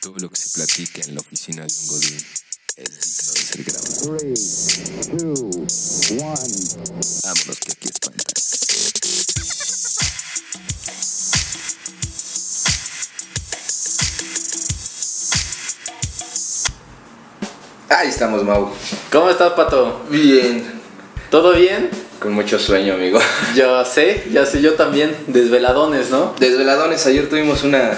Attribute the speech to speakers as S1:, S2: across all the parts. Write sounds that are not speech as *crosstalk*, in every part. S1: Todo lo que se platica en la oficina de un godín es digno de ser grabado.
S2: 3, 2, 1.
S1: Vámonos que aquí espanta. Ahí estamos, Mau.
S3: ¿Cómo estás, Pato?
S1: Bien.
S3: ¿Todo bien?
S1: Con mucho sueño, amigo.
S3: Yo sé, ya sé, yo también. Desveladones, ¿no?
S1: Desveladones, ayer tuvimos una,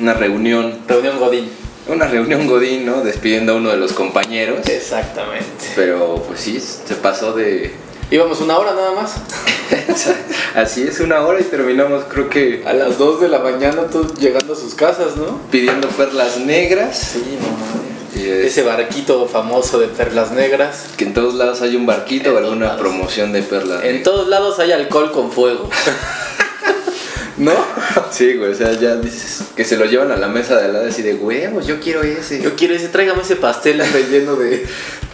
S1: una reunión.
S3: Reunión Godín.
S1: Una reunión Godín, ¿no? Despidiendo a uno de los compañeros.
S3: Exactamente.
S1: Pero pues sí, se pasó de...
S3: Íbamos una hora nada más.
S1: Así es, una hora y terminamos creo que
S3: A las 2 de la mañana, todos llegando a sus casas, ¿no?
S1: pidiendo perlas negras.
S3: Sí, no mames.
S1: Y es-
S3: Ese barquito famoso de perlas negras.
S1: Que en todos lados hay un barquito o
S3: En todos
S1: alguna
S3: lados.
S1: promoción de perlas.
S3: En
S1: negras.
S3: todos lados hay alcohol con fuego. ¿No?
S1: *laughs* Sí, güey, o sea, ya dices que se lo llevan a la mesa de al lado así de huevos, yo quiero ese.
S3: Yo quiero ese, tráigame ese pastel relleno de,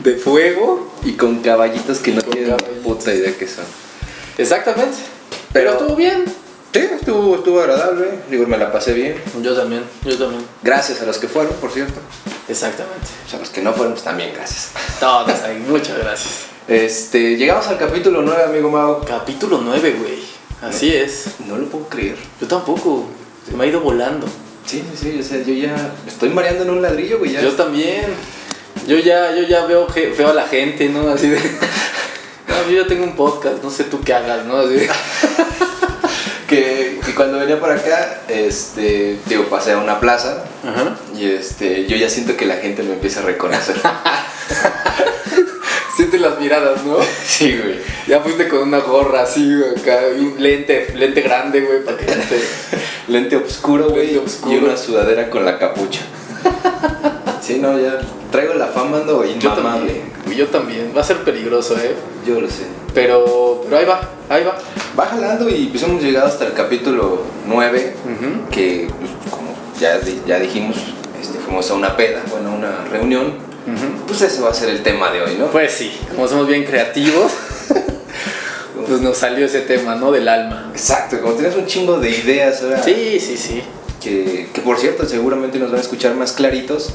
S3: de fuego.
S1: Y con caballitos que no
S3: con
S1: tienen
S3: caballitos.
S1: puta idea que son.
S3: Exactamente.
S1: Pero-
S3: Pero estuvo bien.
S1: Sí, estuvo, estuvo agradable, digo, me la pasé bien.
S3: Yo también, yo también.
S1: Gracias a los que fueron, por cierto.
S3: Exactamente.
S1: Pues a los que no fueron, pues también gracias.
S3: Todos ahí, muchas gracias.
S1: Este, llegamos al capítulo 9, amigo Mau.
S3: Capítulo 9, güey. Así es.
S1: No lo puedo creer.
S3: Yo tampoco. Se me ha ido volando.
S1: Sí, sí, o sea, yo ya estoy mareando en un ladrillo, güey. Ya.
S3: Yo también. Yo ya, yo ya veo, ge- veo a la gente, ¿no? Así de. No, yo ya tengo un podcast, no sé tú qué hagas, ¿no? Así de-
S1: que, que cuando venía para acá, este, digo, pasé a una plaza
S3: Ajá.
S1: y este, yo ya siento que la gente me empieza a
S3: *laughs*
S1: reconocer.
S3: Siente las miradas, ¿no?
S1: sí, güey.
S3: Ya fuiste con una gorra así, güey, acá, y un lente, lente grande, güey, para que no te.
S1: Lente oscuro, güey,
S3: Lente obscuro.
S1: y una sudadera con la
S3: *laughs*
S1: capucha. sí, no, ya traigo la fama ando
S3: Yo
S1: inmamable.
S3: también. güey, Yo también. Va a ser peligroso, ¿eh?
S1: Yo lo sé.
S3: Pero, pero ahí va, ahí va.
S1: Va jalando y pues hemos llegado hasta el capítulo 9,
S3: Ujú.
S1: que pues, como ya, di- ya dijimos, este, fuimos a una peda, bueno, a una reunión. Pues ese va a ser el tema de hoy, ¿no?
S3: Pues sí, como somos bien *laughs* creativos, pues nos salió ese tema, ¿no? Del alma.
S1: Exacto, como tienes un chingo de ideas ahora.
S3: Sí, sí, sí.
S1: Que, que, por cierto, seguramente nos van a escuchar más claritos.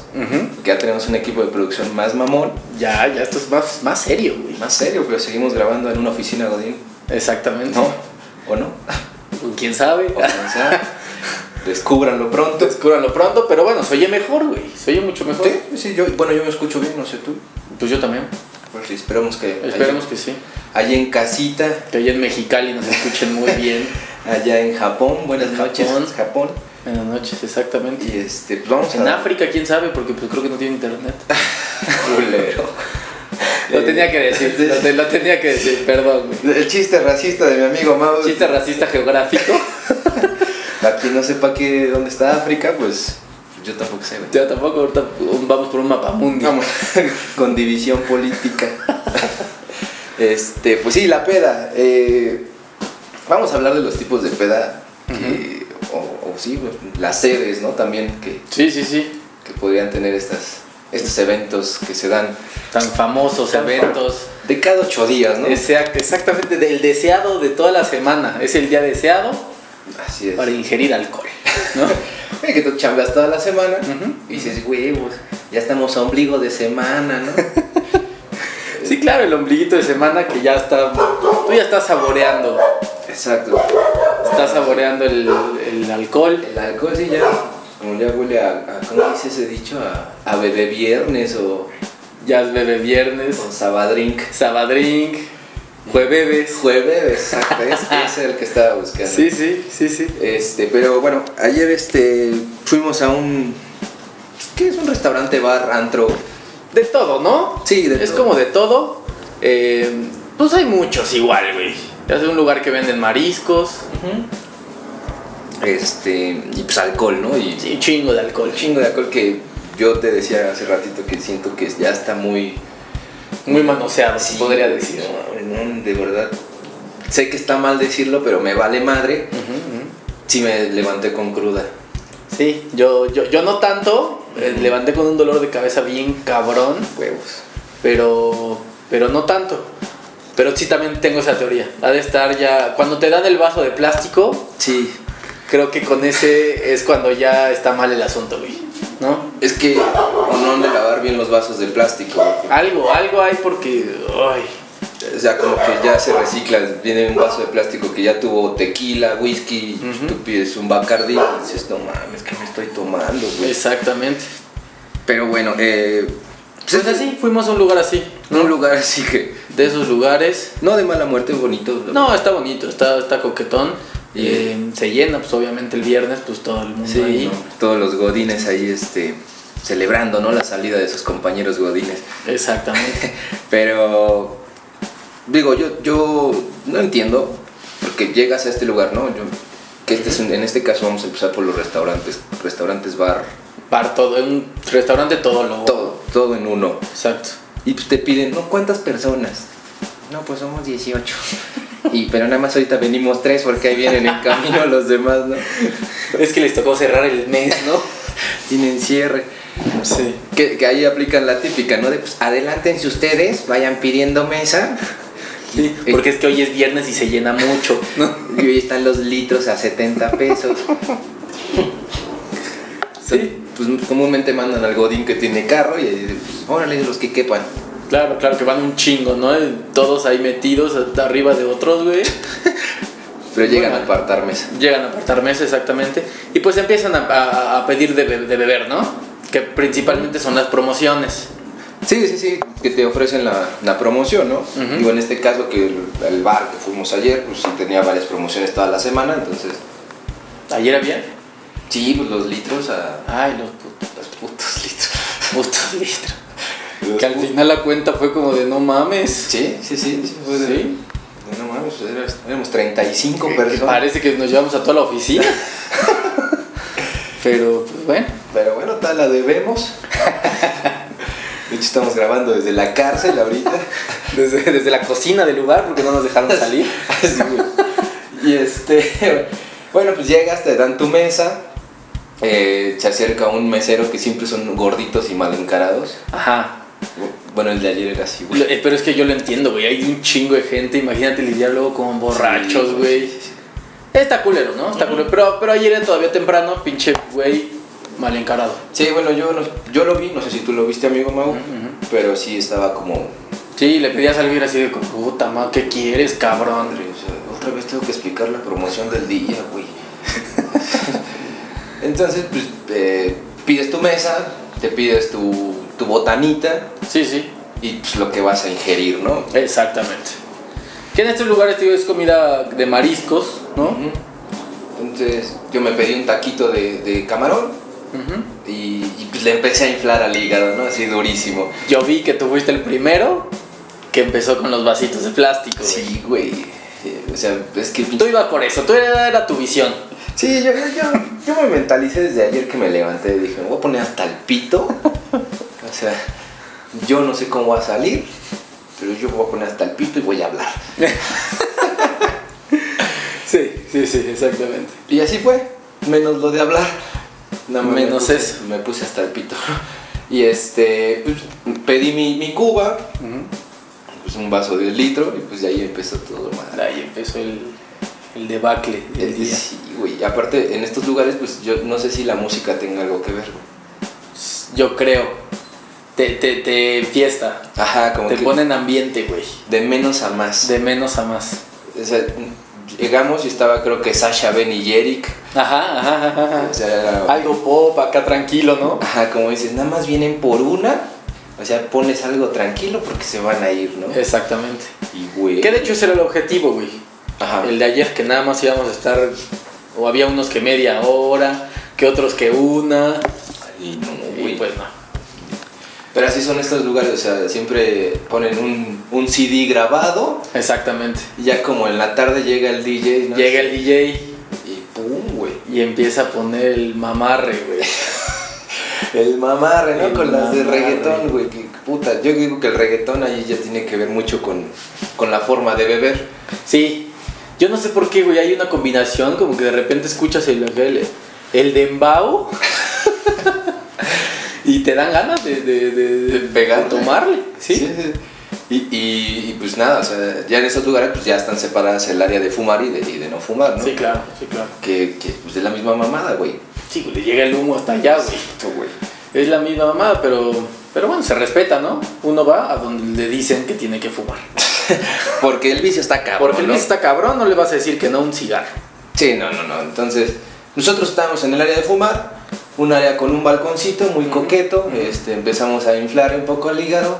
S1: Que ya tenemos un equipo de producción más mamón,
S3: Ya, ya esto es más, más serio, güey.
S1: más serio, pero seguimos grabando en una oficina, Godín.
S3: Exactamente.
S1: ¿No? ¿O no?
S3: Pues, ¿Quién sabe?
S1: O sea, descúbranlo pronto.
S3: Descúbranlo pronto, pero bueno, se oye mejor, güey. Se oye mucho mejor.
S1: Sí, sí, yo, bueno, yo me escucho bien, no sé tú.
S3: Pues yo también.
S1: Pues sí, esperemos que.
S3: Esperemos
S1: allá,
S3: que sí.
S1: allá en casita,
S3: Que allá en Mexicali nos escuchen *laughs* muy bien.
S1: allá en Japón, buenas
S3: En
S1: noches,
S3: Japón.
S1: Japón.
S3: Buenas noches, exactamente.
S1: Y este, pues vamos
S3: En
S1: a.
S3: África, quién sabe, porque pues creo que no tiene *laughs* internet.
S1: Culero.
S3: *laughs* Lo tenía que decir, lo, te- lo tenía que decir, perdón,
S1: *laughs*
S3: güey.
S1: El chiste racista de mi amigo Mau.
S3: Chiste racista geográfico. *laughs*
S1: A quien no sepa que dónde está África, pues yo tampoco sé. güey.
S3: Yo tampoco, ahorita um, vamos por un mapa mundial.
S1: Vamos, *laughs* con división política. *laughs* Este, pues sí, la peda. eh, vamos a hablar de los tipos de peda. que- o, o sí, pues, las sedes, ¿no? También que,
S3: Sí, sí, sí.
S1: que podrían tener estas, estos eventos que se dan
S3: Tan famosos
S1: Tan
S3: eventos.
S1: de cada ocho días, ¿no?
S3: Exact- exactamente, del deseado de toda la semana. Es el día deseado
S1: Así es.
S3: para ingerir alcohol. ¿no?
S1: Eh, que tú chambas toda la semana
S3: Ujú.
S1: y dices, huevos, ya estamos a ombligo de semana, ¿no?
S3: *laughs* sí, claro, el ombliguito de semana que ya está. Tú ya estás saboreando.
S1: Exacto.
S3: Estás saboreando el, el alcohol.
S1: El alcohol sí ya, como ya huele a, a- ¿cómo dice ese dicho? A, a bebé viernes o,
S3: Ya es bebe viernes,
S1: o sabadrink.
S3: sabadrink, jueves.
S1: Jueves, exacto,
S3: *laughs*
S1: ese es el que estaba buscando.
S3: Sí, sí, sí, sí.
S1: Este, pero bueno, ayer este, fuimos a un, ¿qué es? Un restaurante, bar, antro.
S3: De todo, ¿no?
S1: Sí, de
S3: Es
S1: todo.
S3: como de todo. Eh, pues hay muchos igual, güey. Es un lugar que venden mariscos.
S1: Este, y pues alcohol, ¿no? Y
S3: Sí, chingo de alcohol.
S1: un chingo de alcohol que yo te decía hace ratito que siento que ya está muy...
S3: Muy manoseado, se podría
S1: güey,
S3: decir.
S1: no, no, de verdad. Sé que está mal decirlo, pero me vale madre. Sí me levanté con cruda.
S3: Sí, yo, yo, yo no tanto. eh, levanté con un dolor de cabeza bien cabrón,
S1: Huevos.
S3: pero, pero no tanto. Pero sí también tengo esa teoría. Ha de estar ya... Cuando te dan el vaso de plástico,
S1: Sí.
S3: creo que con ese es cuando ya está mal el asunto, güey. ¿no?
S1: Es que o no han de lavar bien los vasos de plástico.
S3: Algo, algo hay porque. Ay.
S1: O sea, como que ya se recicla, viene un vaso de plástico que ya tuvo tequila, whisky,
S3: Ujú.
S1: tú pides un bacardi y dices, no mames, que me estoy tomando, güey.
S3: Exactamente.
S1: Pero bueno, eh, pues
S3: Pues así, fuimos a un lugar así.
S1: un lugar así que,
S3: De esos lugares.
S1: no de mala muerte, bonito. la
S3: No, está bonito, está, está coquetón.
S1: Y-
S3: Eh, se llena, pues obviamente el viernes, pues todo el mundo
S1: Sí,
S3: ahí.
S1: ¿no? todos los godines ahí este, celebrando ¿no? la salida de sus compañeros godines.
S3: Exactamente.
S1: Pero, digo, yo, yo no entiendo, porque llegas a este lugar, ¿no? Yo, que este es un- en este caso vamos a empezar por los restaurantes, restaurantes, bar,
S3: Para todo, un restaurante todo lo.
S1: todo, todo en uno.
S3: Exacto.
S1: Y pues te piden, ¿no? ¿Cuántas personas? No, pues somos 18. Y, pero nada más ahorita venimos tres porque ahí vienen *laughs* en camino los demás, ¿no?
S3: Es que les tocó cerrar el mes, ¿no?
S1: Tienen cierre.
S3: Sí.
S1: Que, que ahí aplican la típica, ¿no? De pues adelántense ustedes, vayan pidiendo mesa.
S3: Sí, porque es que hoy es viernes y se llena mucho, ¿no?
S1: Y hoy están los litros a 70 pesos.
S3: *laughs* Sí.
S1: Pues comúnmente mandan al Godín que tiene carro y eh, pues, órale los que quepan.
S3: Claro, claro, que van un chingo, ¿no? Todos ahí metidos hasta arriba de otros, güey.
S1: Pero llegan
S3: Bueno.
S1: a apartar mesa.
S3: Llegan a apartar mesa, exactamente. Y pues empiezan a, a- a pedir de, be- de beber, ¿no? Que principalmente son las promociones.
S1: Sí, sí, sí, que te ofrecen la, la promoción, ¿no?
S3: Ujú.
S1: Digo, en este caso que el, el bar que fuimos ayer, pues sí tenía varias promociones toda la semana, entonces...
S3: ¿Ayer había?
S1: Sí, pues los litros a...
S3: Ay, los putos, los putos litros. Putos litros.
S1: los
S3: Que al
S1: pu-
S3: final la cuenta fue como de no mames.
S1: Sí, sí, sí. sí, fue de-
S3: Sí.
S1: de no mames, pues, eras- éramos 35
S3: Que
S1: personas.
S3: Parece que nos llevamos a toda la oficina. Pero, pues bueno.
S1: Pero bueno, tal la
S3: *laughs*
S1: debemos. De hecho, estamos grabando desde la cárcel ahorita.
S3: Desde, desde la cocina del lugar, porque no nos dejaron salir.
S1: Así, güey. y este, bueno, pues llegas, te dan tu mesa. eh, se acerca un mesero que siempre son gorditos y mal encarados.
S3: Ajá.
S1: Bueno, el de ayer era así,
S3: Lo-
S1: güey.
S3: eh, Pero es que yo lo entiendo, güey. Hay un chingo de gente. Imagínate lidiar luego con borrachos, güey. Está culero, ¿no? Está culero. Pero, pero ayer era todavía temprano, pinche güey mal encarado.
S1: Sí, bueno, yo, no- yo lo vi, no sé si tú lo viste, amigo Mau,
S3: Ujú.
S1: pero sí estaba como.
S3: Sí, le pedías algo y era así de como, puta madre, ¿qué quieres, cabrón?
S1: Madre, o sea, otra vez tengo que explicar la promoción del día, güey. *laughs* Entonces, pues, eh, pides tu mesa, te pides tu, tu botanita
S3: Sí, sí.
S1: y pues lo que vas a ingerir, ¿no?
S3: Exactamente. Que en estos lugares, tío, es comida de mariscos, ¿no?
S1: Ujú. Entonces, yo me pedí un taquito de, de camarón
S3: Ujú.
S1: y, y, pues le empecé a inflar al hígado, ¿no? Así durísimo.
S3: Yo vi que tú fuiste el primero que empezó con los vasitos de plástico. güey.
S1: Sí, güey. Eh, O sea, es que
S3: Tú ibas por eso, tú era, era tu visión.
S1: Sí, yo, yo, yo, yo me mentalicé desde ayer que me levanté y dije, me voy a poner hasta el
S3: *laughs*
S1: pito. O sea, yo no sé cómo va a salir, pero yo me voy a poner hasta el pito y voy a hablar.
S3: Sí, sí, sí, exactamente.
S1: Y así fue, menos lo de hablar. Nada más
S3: Menos
S1: me puse-
S3: eso.
S1: Me puse hasta el pito. *laughs* Y este, pues, pedí mi, mi cuba, pues un vaso de litro y pues de ahí empezó todo mal.
S3: Ahí empezó el, el debacle del
S1: Eh,
S3: día.
S1: Sí, güey. Aparte, en estos lugares, pues yo no sé si la música tenga algo que ver. güey.
S3: Yo creo. Te, te, te fiesta.
S1: Ajá, como
S3: Te
S1: que
S3: ponen ambiente, güey.
S1: de menos a más.
S3: De menos a más.
S1: O sea, llegamos y estaba creo que Sasha, Ben y Eric.
S3: Ajá, ajá, ajá, ajá.
S1: O sea, era-
S3: Algo pop, acá tranquilo, ¿no?
S1: ajá, como dices, nada más vienen por una. O sea, pones algo tranquilo porque se van a ir, ¿no?
S3: Exactamente.
S1: Y güey.
S3: Que de hecho ese era el objetivo, güey.
S1: Ajá.
S3: El de ayer que nada más íbamos a estar, o había unos que media hora, que otros que una,
S1: Y no,
S3: y
S1: güey.
S3: pues no.
S1: Pero así son estos lugares, o sea, siempre ponen un, un CD grabado.
S3: Exactamente.
S1: Y ya como en la tarde llega el DJ. ¿no?
S3: Llega el DJ
S1: Y pum, güey.
S3: y empieza a poner el mamarre, güey.
S1: El mamarre, ¿no?
S3: El
S1: con las de
S3: mamarre.
S1: reggaetón, güey. que puta. Yo digo que el reggaetón ahí ya tiene que ver mucho con, con la forma de beber.
S3: Sí, yo no sé por qué, güey, hay una combinación, como que de repente escuchas el, el, el de Embao *laughs* y te dan ganas de, de, de-
S1: De
S3: de-
S1: pegarle.
S3: de tomarle, ¿sí?
S1: Y, y- y, pues nada, o sea, ya en esos lugares pues ya están separadas el área de fumar y de, y de no fumar, ¿no?
S3: Sí, claro, sí, claro.
S1: Que, que, pues es la misma mamada, güey.
S3: Sí, Oh, güey, le llega el humo hasta allá, güey.
S1: Exacto, güey.
S3: Es la misma mamada, pero, pero bueno, se respeta, ¿no? Uno va a donde le dicen que tiene que fumar.
S1: Porque el vicio está cabrón.
S3: Porque el
S1: ¿no?
S3: vicio está cabrón, no le vas a decir que no a un cigarro.
S1: Sí, no, no, no. Entonces, nosotros estábamos en el área de fumar, un área con un balconcito muy coqueto, este, empezamos a inflar un poco el hígado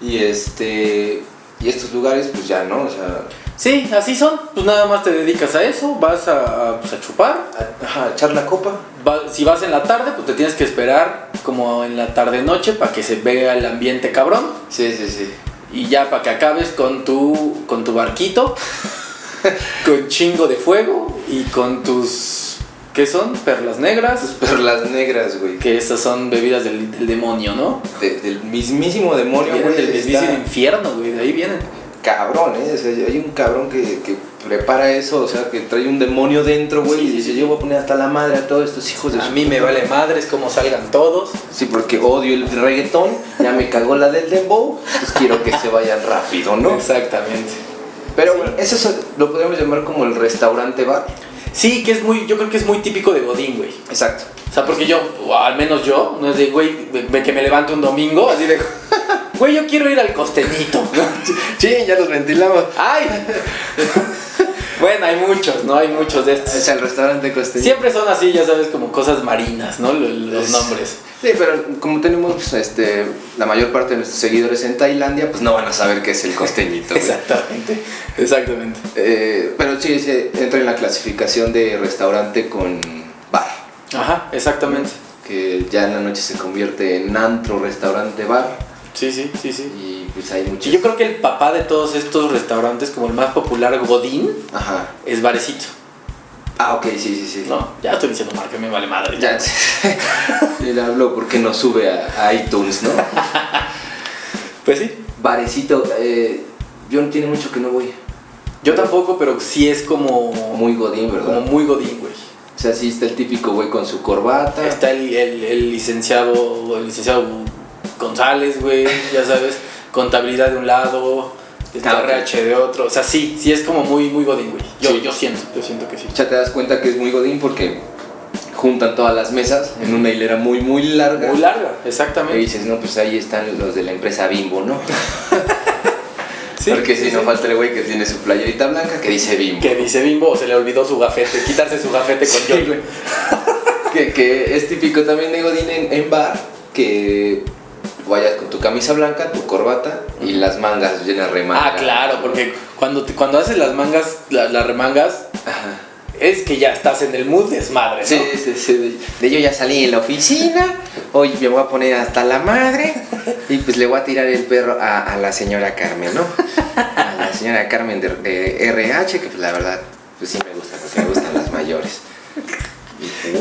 S1: y este y estos lugares pues ya no, o sea,
S3: Sí, así son. Pues nada más te dedicas a eso, vas a, a, pues, a chupar.
S1: a- ajá, echar la copa.
S3: Va- si vas en la tarde, pues te tienes que esperar como en la tarde-noche para que se vea el ambiente cabrón.
S1: Sí, sí, sí.
S3: Y ya para que acabes con tu, con tu barquito, *laughs* con chingo de fuego y con tus... ¿Qué son? Perlas negras.
S1: Pero las negras, güey,
S3: Que esas son bebidas del, del demonio, ¿no?
S1: de- del mismísimo demonio,
S3: Vienen
S1: güey,
S3: del
S1: está
S3: mismísimo infierno, güey. De ahí vienen.
S1: cabrón, eh. O sea, hay un cabrón que, que prepara eso, o sea, que trae un demonio dentro, güey,
S3: Sí,
S1: y
S3: sí,
S1: dice,
S3: sí.
S1: "Yo voy a poner hasta la madre a todos estos hijos de
S3: A
S1: su
S3: mí me vale madres como salgan todos.
S1: Sí, porque odio el reggaetón, ya me cagó la del dembow, pues quiero que se vayan rápido, ¿no?
S3: Exactamente.
S1: Pero bueno, eso es- lo podríamos llamar como el restaurante bar.
S3: Sí, que es muy, yo creo que es muy típico de Godín, güey.
S1: Exacto.
S3: O sea, porque yo, o al menos yo, no es de, güey, de- de que me levante un domingo, así de, *laughs* güey, yo quiero ir al costeñito.
S1: *laughs* Sí, ya los ventilamos.
S3: ¡Ay! bueno, hay muchos, ¿no? Hay muchos de estos.
S1: Es el restaurante costeño.
S3: Siempre son así, ya sabes, como cosas marinas, ¿no? Lo- Los nombres.
S1: Sí, pero como tenemos este, la mayor parte de nuestros seguidores en Tailandia, pues no van a saber qué es el costeñito. güey.
S3: Exactamente, exactamente.
S1: Eh, pero sí, se entra en la clasificación de restaurante con bar,
S3: Ajá, exactamente.
S1: que ya en la noche se convierte en antro, restaurante, bar,
S3: Sí, sí, sí, sí.
S1: y pues hay
S3: Sí,
S1: muchos...
S3: yo creo que el papá de todos estos restaurantes, como el más popular Godín,
S1: Ajá.
S3: es Barecito.
S1: Ah, ok, sí, sí, sí.
S3: No, ya estoy diciendo marca, me vale madre.
S1: Ya, *laughs* le hablo porque no sube a, a iTunes, ¿no?
S3: Pues sí.
S1: Barecito, eh, yo no tiene mucho que no voy.
S3: Yo tampoco, pero sí es como
S1: Muy godín,
S3: como
S1: ¿verdad?
S3: muy Godín, güey.
S1: O sea, sí está el típico güey con su corbata.
S3: Está el, el- el licenciado, el licenciado González, güey, ya sabes, contabilidad de un lado, está
S1: Ah, ok.
S3: RH de otro. O sea, sí, sí es como muy, muy Godín, güey. Yo,
S1: Sí.
S3: yo siento, yo siento que sí.
S1: O sea, te das cuenta que es muy godín porque juntan todas las mesas en una hilera muy, muy larga.
S3: Muy larga,
S1: y
S3: exactamente.
S1: dices, no, pues ahí están los de la empresa Bimbo, ¿no?
S3: *laughs* Sí,
S1: Porque si
S3: sí,
S1: no
S3: sí.
S1: falta el güey que tiene su playerita blanca que dice Bimbo.
S3: Que dice Bimbo, se le olvidó su gafete, quitarse su gafete con
S1: Sí,
S3: Johnny.
S1: güey. que, que es típico también de Godín en, en bar que vayas con tu camisa blanca, tu corbata y las mangas llenas de remanga.
S3: Ah, claro, porque cuando, te- cuando haces las mangas, la- las remangas,
S1: Ajá.
S3: es que ya estás en el mood desmadre, ¿no?
S1: Sí, sí, sí, de- De yo ya salí en la oficina, hoy me voy a poner hasta la madre y pues le voy a tirar el perro a, a la señora Carmen, ¿no? A la señora Carmen de, de RH, que pues la verdad, pues sí me gusta, porque me gustan las mayores.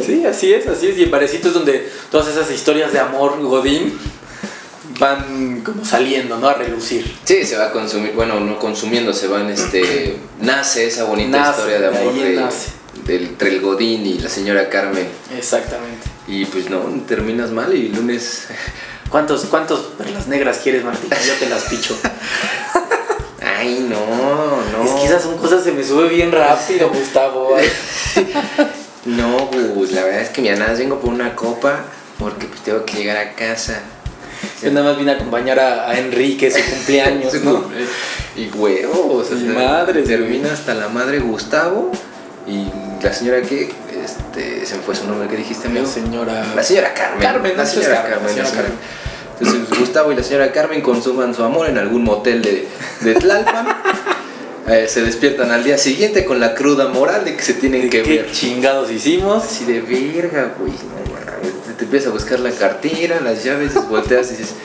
S3: Sí, así es, así es. Y en Parecito es donde todas esas historias de amor godín van como saliendo, ¿no? A relucir.
S1: Sí, se va consumir, bueno, no consumiendo, se van, este, nace esa bonita
S3: Nace,
S1: historia de
S3: de
S1: amor
S3: ahí
S1: de-
S3: nace.
S1: del, entre el Godín y la señora Carmen.
S3: Exactamente.
S1: Y pues no, terminas mal y lunes...
S3: ¿Cuántos, cuántos perlas negras quieres, Martín? Yo te las *laughs* picho.
S1: Ay, no, no.
S3: Es que esas son cosas se me sube bien rápido, Gustavo. *laughs* Ay,
S1: No, Gus, la verdad es que mira, nada más vengo por una copa porque pues tengo que llegar a casa.
S3: Yo nada más vine a acompañar a, a Enrique, su cumpleaños, *laughs* ¿no?
S1: Y huevos,
S3: Y madres,
S1: termina
S3: güey.
S1: hasta la madre Gustavo y la señora que, este, se me fue su nombre que dijiste, amigo.
S3: La señora.
S1: La señora Carmen.
S3: Carmen,
S1: la
S3: no, sí es
S1: señora
S3: Carmen,
S1: Carmen.
S3: la
S1: la
S3: señora
S1: señora- Entonces pues, Gustavo y la señora Carmen consuman su amor en algún motel de, de
S3: *laughs*
S1: Tlalpan. Eh, se despiertan al día siguiente con la cruda moral de que se tienen que
S3: ¿Qué
S1: ver.
S3: chingados hicimos?
S1: Así de verga, güey. No mames. Te, te empiezas a buscar la cartera, las llaves, volteas y dices,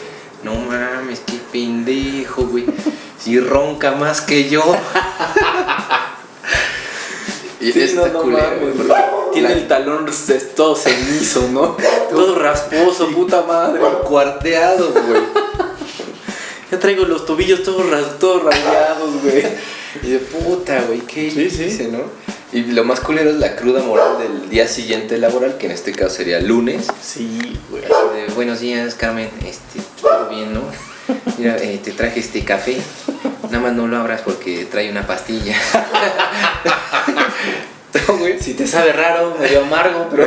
S1: no mames, qué pendejo, güey. Si ronca más que
S3: *laughs*
S1: yo. y
S3: Sí,
S1: está culero,
S3: mames,
S1: güey,
S3: güey.
S1: porque
S3: este Tiene
S1: la-
S3: el talón s- es todo cenizo, *laughs* ¿no? todo rasposo, puta madre.
S1: cuarteado, güey.
S3: Ya traigo los tobillos todos, ras- todos rayados, güey.
S1: Y
S3: *laughs*
S1: de puta, güey, ¿qué
S3: Sí, sí.
S1: hice, no? Y lo más culero es la cruda moral del día siguiente laboral, que en este caso sería lunes.
S3: Sí, güey.
S1: Eh, buenos días, Carmen. Este, todo bien, ¿no? Mira, eh, te traje este café. Nada más no lo abras porque trae una *laughs* pastilla.
S3: Eh, Si te sabe raro, medio amargo, pero.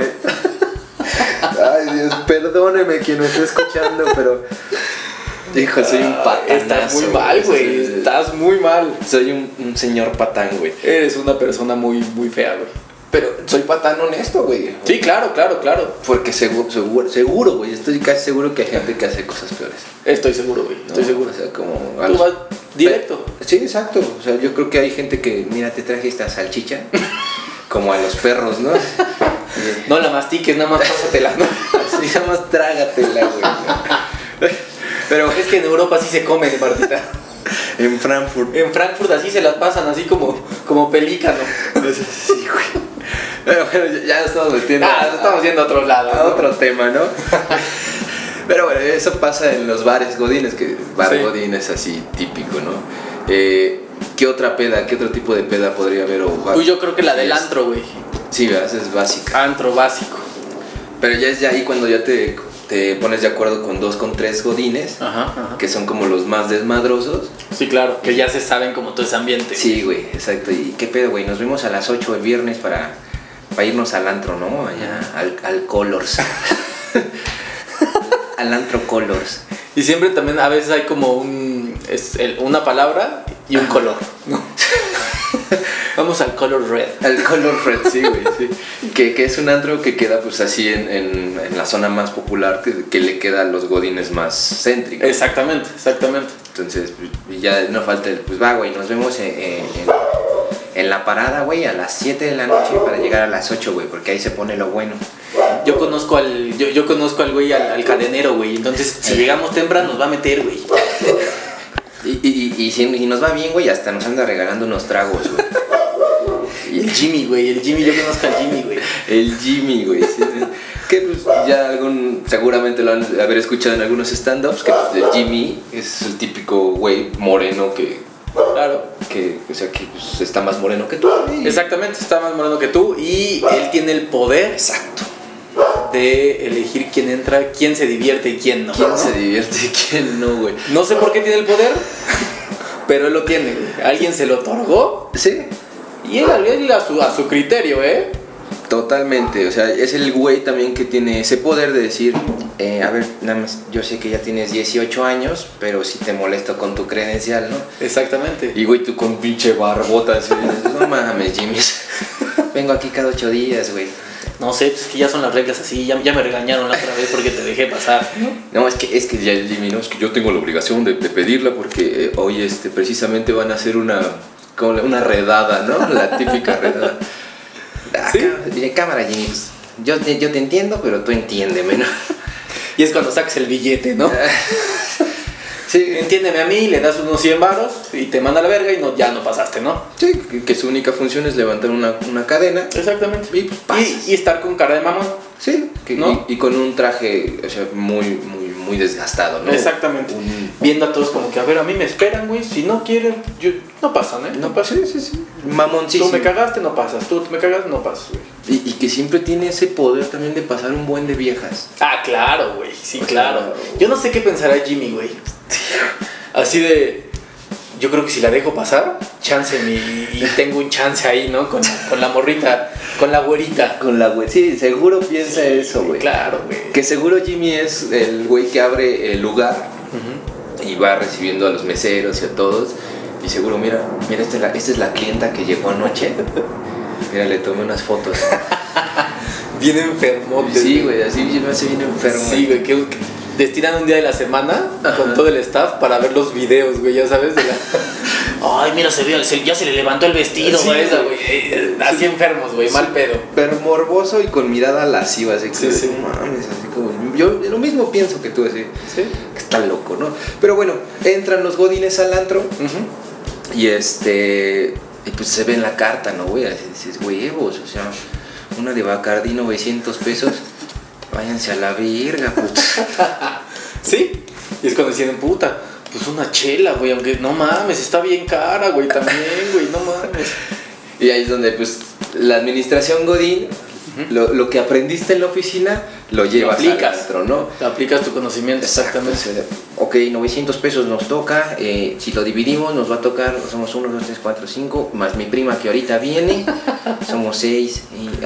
S1: Ay, Dios, perdóneme quien me esté escuchando, pero. Ah, Hijo, soy un patanazo.
S3: Estás muy mal, güey.
S1: Soy-
S3: Estás muy mal.
S1: Soy un, un señor patán, güey.
S3: Eres una persona muy, muy fea, güey.
S1: Pero soy patán honesto, güey.
S3: Sí, claro, claro, claro.
S1: Porque seguro, seguro, seguro, güey. Estoy casi seguro que hay gente que hace cosas peores.
S3: Estoy seguro, güey.
S1: ¿no?
S3: Estoy seguro.
S1: O sea, como. a
S3: Tú
S1: los-
S3: vas directo.
S1: Sí, exacto. O sea, yo creo que hay gente que, mira, te traje esta salchicha.
S3: *laughs*
S1: como a los perros, ¿no? Y-
S3: No la mastiques, nada más pásatela. ¿no?
S1: Así nada más trágatela, güey.
S3: Pero es que en Europa sí se come, Martita.
S1: *laughs* En Frankfurt.
S3: En Frankfurt así se las pasan, así como, como pelícano.
S1: Sí, güey. Pero bueno, ya- ya nos estamos metiendo
S3: Ah, nos estamos yendo a otro lado.
S1: a
S3: ¿no?
S1: otro tema,
S3: *laughs*
S1: ¿no? Pero bueno, eso pasa en los bares godines, que bar
S3: Sí.
S1: godín es así típico, ¿no? Eh, ¿Qué otra peda, qué otro tipo de peda podría haber? O bar-
S3: Uy, yo creo que la del antro, güey.
S1: Sí, ¿verdad? Esa es básica.
S3: Antro básico.
S1: Pero ya es de ahí cuando ya te, te pones de acuerdo con dos, con tres godines,
S3: Ajá, ajá.
S1: que son como los más desmadrosos.
S3: Sí, claro. Que ya se saben como todo ese ambiente.
S1: Sí, güey, exacto. ¿Y qué pedo, güey? Nos vemos a las 8 el viernes para, para irnos al antro, ¿no? Allá, al, al Colors. *laughs* al antro Colors.
S3: Y siempre también a veces hay como un, es el- una palabra y un color. ¿no? *laughs* Vamos al color red.
S1: Al Color Red, sí, güey, sí. Que, que es un antro que queda pues así en, en- en la zona más popular que, que le queda a los godines más céntricos.
S3: Exactamente, exactamente.
S1: Entonces, pues, y ya no falta el, pues va, güey, nos vemos en, en- en- en la parada, güey, a las 7 de la noche para llegar a las 8, güey, porque ahí se pone lo bueno.
S3: Yo conozco al, yo, yo conozco al güey, al, al cadenero, güey. Entonces, si llegamos temprano, nos va a meter, güey.
S1: Y, y, y, y si y nos va bien, güey, hasta nos anda regalando unos tragos, güey.
S3: Y el Jimmy, güey. El Jimmy, yo conozco al Jimmy, güey.
S1: El Jimmy, güey. sí, sí. Que pues, ya algún, seguramente lo han de haber escuchado en algunos stand-ups, que pues, el Jimmy es el típico güey moreno que,
S3: Claro.
S1: que, o sea, que pues, está más moreno que tú. güey.
S3: Exactamente, está más moreno que tú. Y él tiene el poder
S1: Exacto.
S3: de elegir quién entra, quién se divierte y quién no.
S1: ¿Quién se divierte y quién no, güey?
S3: No sé por qué tiene el poder, *laughs* pero él lo tiene. güey. Alguien se lo otorgó
S1: Sí,
S3: y él, él a, su, a su criterio, ¿eh?
S1: Totalmente, o sea, es el güey también que tiene ese poder de decir, eh, a ver, nada más, yo sé que ya tienes 18 años, pero si te molesto con tu credencial, ¿no?
S3: Exactamente.
S1: Y güey, tú con pinche barbota, así, dices, no mames, Jimmy, *laughs* vengo aquí cada 8 días, güey.
S3: No sé, pues es que ya son las reglas así. Ya, ya me regañaron la otra vez porque te dejé pasar.
S1: No, es que, es que ya el Jimmy, no, es que yo tengo la obligación de, de pedirla porque eh, hoy este, precisamente van a hacer una, como la- una redada, ¿no? *laughs* La típica redada. Ah,
S3: Sí.
S1: cámara- Dije, cámara, Jimmy, pues, yo te, yo te entiendo, pero tú entiéndeme, ¿no?
S3: Y es cuando sacas el
S1: *laughs*
S3: billete, ¿no?
S1: Sí,
S3: Entiéndeme a mí, le das unos 100 varos y te manda a la verga y no, ya no pasaste, ¿no?
S1: Sí, que- que su única función es levantar una, una cadena.
S3: Exactamente.
S1: Y pasas.
S3: Y, y estar con cara de mamón.
S1: Sí, que-
S3: ¿No?
S1: y, y con un traje o sea, muy, muy, muy desgastado, ¿no?
S3: Exactamente.
S1: Un-
S3: Viendo a todos como que, a ver, a mí me esperan, güey. Si no quieren, yo, no pasan, ¿eh? No pasan.
S1: pues, sí, sí, sí. Mamoncísimo.
S3: Tú me cagaste, no pasas. Tú me cagaste, no pasas, güey.
S1: y, y que siempre tiene ese poder también de pasar un buen de viejas.
S3: Ah, claro, güey. Sí,
S1: O sea,
S3: claro. Yo no sé qué pensará Jimmy, güey. *laughs* Así de. Yo creo que si la dejo pasar, chance mi. Y tengo un chance ahí, ¿no? Con, con la morrita, con la güerita.
S1: Con la güey. Sí, seguro piensa eso, güey.
S3: Claro, güey.
S1: Que seguro Jimmy es el güey que abre el lugar y va recibiendo a los meseros y a todos. Y seguro, mira, mira, esta es la, esta es la clienta que llegó anoche. Mira, le tomé unas fotos.
S3: Bien enfermote.
S1: Sí, güey, así yo me hace bien enfermo.
S3: Sí, güey, que que destinan un día de la semana con todo el staff para ver los videos, güey, ya sabes,
S1: *laughs*
S3: de la... Ay, mira, se vio, se- ya se le levantó el vestido,
S1: Sí,
S3: güey. esa,
S1: güey.
S3: güey. Eh, Así enfermos, güey, mal pedo.
S1: Pero morboso y con mirada lasciva, así que
S3: Sí, sí.
S1: no mames, así como yo lo mismo pienso que tú, así
S3: Sí.
S1: que está loco, ¿no? Pero bueno, entran los godines al antro y este y pues se ve en la carta, ¿no, güey? Así dices, huevos, o sea, una de Bacardi 900 pesos. Váyanse a la verga, puto.
S3: Sí. Y es cuando dicen, puta, pues una chela, güey, aunque no mames, está bien cara, güey, también, güey, no mames.
S1: *laughs* Y ahí es donde, pues, la administración Godín, lo, lo que aprendiste en la oficina, lo llevas al
S3: aplicas.
S1: antro, ¿no?
S3: Te aplicas tu conocimiento, exactamente.
S1: Exacto, Ok, 900 pesos nos toca. eh, si lo dividimos, nos va a tocar. Somos 1, 2, 3, 4, 5. Más mi prima que ahorita viene. somos 6.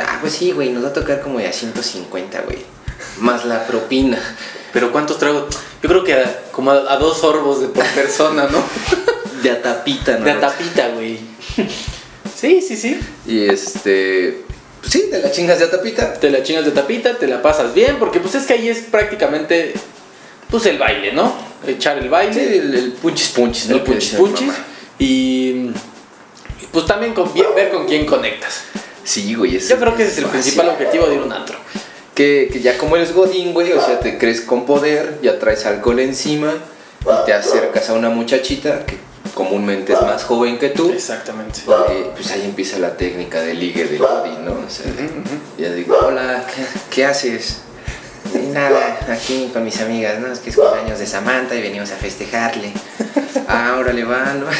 S1: ah, pues sí, güey. Nos va a tocar como de a 150, güey. más la propina.
S4: Pero ¿cuántos tragos? Yo creo que a- como a, a dos sorbos de por persona, ¿no?
S1: *laughs* De atapita, ¿no?
S4: De a tapita, güey. Sí, sí, sí.
S1: Y este. pues sí, de las chingas de atapita.
S4: Te la chingas de tapita, te la pasas bien, porque pues es que ahí es prácticamente, pues el baile, ¿no? Echar el baile.
S1: Sí, el, el punchis punchis, ¿no?
S4: el
S1: Que
S4: punchis
S1: decía mi
S4: punchis
S1: mamá.
S4: y y, pues también con- bien- ver con quién conectas.
S1: Sí, güey.
S4: Yo creo que ese es el
S1: fácil.
S4: principal objetivo de ir a un antro.
S1: Que, que ya como eres godín, güey, o sea, te crees con poder, ya traes alcohol encima y te acercas a una muchachita que comúnmente es más joven que tú.
S4: Exactamente.
S1: eh, pues ahí empieza la técnica de ligue del godín, ¿no? O sea, ya digo, hola, ¿qué, qué haces? "Eh, Nada, aquí con mis amigas, ¿no? Es que es cumpleaños de Samantha y venimos a festejarle. Ah, órale, va, ¿no? *laughs*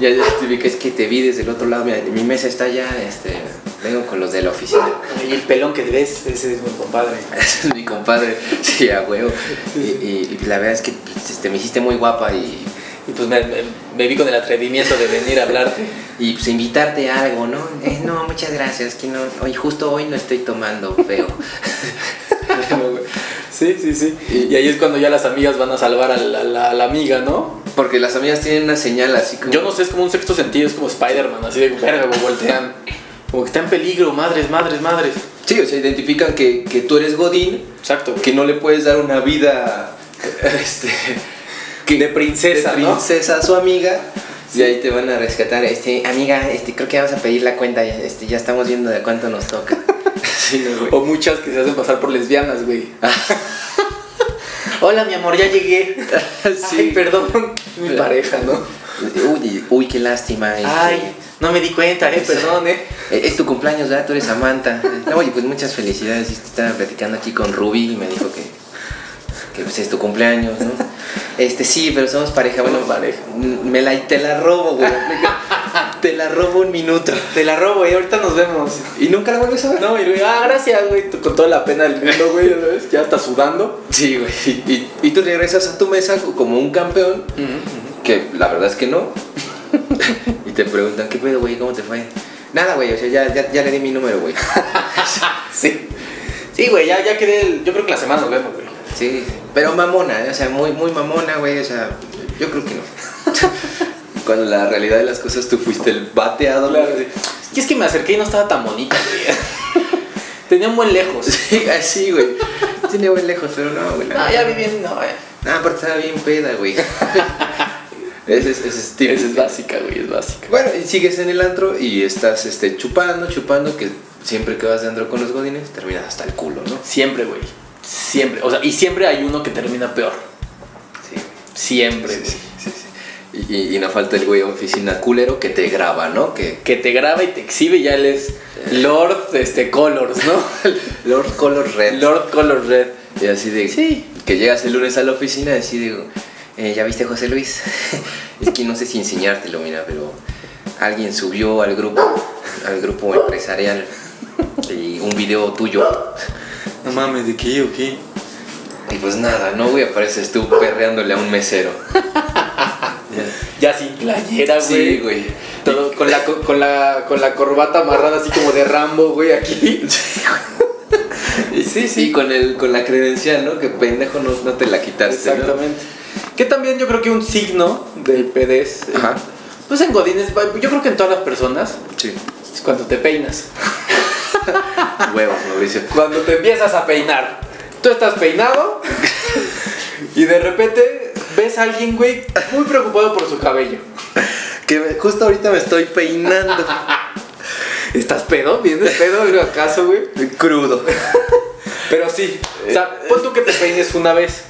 S1: ya, ya te vi que es que te vi desde el otro lado, mira, mi mesa está allá, este, vengo con los de la oficina.
S4: Y el pelón que ves, ese es mi compadre.
S1: Ese *laughs* es mi compadre, sí, a huevo. Y, y- y la verdad es que pues, este, me hiciste muy guapa y,
S4: Y pues me, me- me vi con el atrevimiento de venir a hablarte.
S1: y, pues invitarte a algo, ¿no? "Eh, no, muchas gracias, que no, hoy, justo hoy no estoy tomando, feo.
S4: sí, sí, sí. Y ahí es cuando ya las amigas van a salvar a la, la- a la amiga, ¿no?
S1: Porque las amigas tienen una señal así como...
S4: Yo no sé, es como un sexto sentido, es como Spider-Man, así de verga, güey, voltean. Como que está en peligro, madres, madres, madres.
S1: Sí, o sea, identifican que, que tú eres Godín,
S4: Exacto.
S1: que no le puedes dar una vida *laughs* este,
S4: de princesa,
S1: de
S4: ¿no?
S1: princesa a su amiga. Y ahí te van a rescatar. Este, amiga, este, creo que vamos a pedir la cuenta. Este, ya estamos viendo de cuánto nos toca. *laughs* sí, no, güey. Ah,
S4: O muchas que se hacen pasar por lesbianas, güey. Hola, mi amor, ya llegué.
S1: *laughs* Sí.
S4: Ay, perdón, mi pareja, ¿no?
S1: Uy, uy, qué lástima. este,
S4: Ay, no me di cuenta, eh,
S3: *laughs*
S4: perdón, eh.
S1: eh, Es tu cumpleaños, ¿verdad? Tú eres *laughs* Samantha. No, oye, pues muchas felicidades. Estaba platicando aquí con Ruby y me dijo que, que pues, es tu cumpleaños, ¿no? Este, sí, pero somos pareja. Bueno,
S4: Somos pareja.
S1: mm, Me la, te la robo, güey. *laughs* te la robo un minuto.
S4: Te la robo, eh, ahorita nos vemos.
S1: ¿Y nunca la vuelves a ver?
S4: No, y güey, ah, gracias, güey, tú con toda la pena del mundo, güey, ya ¿sabes? Ya está sudando.
S1: Sí, güey. Y, y- y tú regresas a tu mesa como un campeón, que la verdad es que no. *laughs* y te preguntan, ¿qué pedo, güey? ¿Cómo te fue? Nada, güey, o sea, ya, ya, ya le di mi número, *laughs* güey.
S4: Sí. Sí, güey, ya, ya quedé, el- yo creo que la semana nos vemos, güey.
S1: Sí, pero mamona, o sea, muy, muy mamona, güey, o sea, yo creo que no. *laughs* Cuando la realidad de las cosas tú fuiste el bateado, güey.
S4: Claro, sí. Y es que me acerqué y no estaba tan bonita, güey. *laughs* Tenía un buen lejos.
S1: Sí, así, güey. Tiene buen lejos, pero no, güey.
S4: Ah, ya vi bien, no, eh.
S1: Ah, aparte estaba bien peda, güey. *laughs* ese es, ese es típico.
S4: Esa es básica, güey, es básica.
S1: Bueno, y sigues en el antro y estás este, chupando, chupando, que siempre que vas de antro con los godines terminas hasta el culo, ¿no?
S4: Siempre, güey. Siempre. O sea, y siempre hay uno que termina peor.
S1: Sí,
S4: Siempre,
S1: sí,
S4: güey.
S1: sí, sí, sí. Y, y- y no falta el güey de oficina culero que te graba, ¿no? *laughs* Que
S4: Que te graba y te exhibe y ya él es Lord este, Colors, ¿no?
S1: Lord Color Red.
S4: *laughs* Lord Color Red.
S1: Y así de
S4: Sí.
S1: que llegas el lunes a la oficina y así digo, eh, ¿ya viste a José Luis? *laughs* es que no sé si enseñártelo, mira, pero alguien subió al grupo, al grupo empresarial y un video tuyo.
S4: No mames, ¿de qué o qué?
S1: Y pues nada, no güey, apareces tú perreándole a un *laughs* mesero.
S4: Ya sin playera, güey.
S1: Sí, güey.
S4: Todo con la, co- con, la, con la corbata amarrada así como de Rambo, güey, *laughs* aquí. Sí,
S1: Y con el con la credencial, ¿no? Que pendejo no, no te la quitaste. ¿no?
S4: Exactamente. Que también yo creo que un signo de pedez. eh,
S1: Ajá.
S4: Pues en Godines, yo creo que en todas las personas,
S1: Sí.
S4: es cuando te peinas.
S1: Huevo, Mauricio.
S4: Cuando te empiezas a peinar. Tú estás peinado y de repente ves a alguien, güey, muy preocupado por su cabello.
S1: Que me- justo ahorita me estoy peinando.
S4: ¿Estás pedo? ¿Vienes pedo acaso, güey?
S1: *laughs* Crudo.
S4: Pero sí, o sea,
S1: Eh,
S4: pon tú que te peines una vez.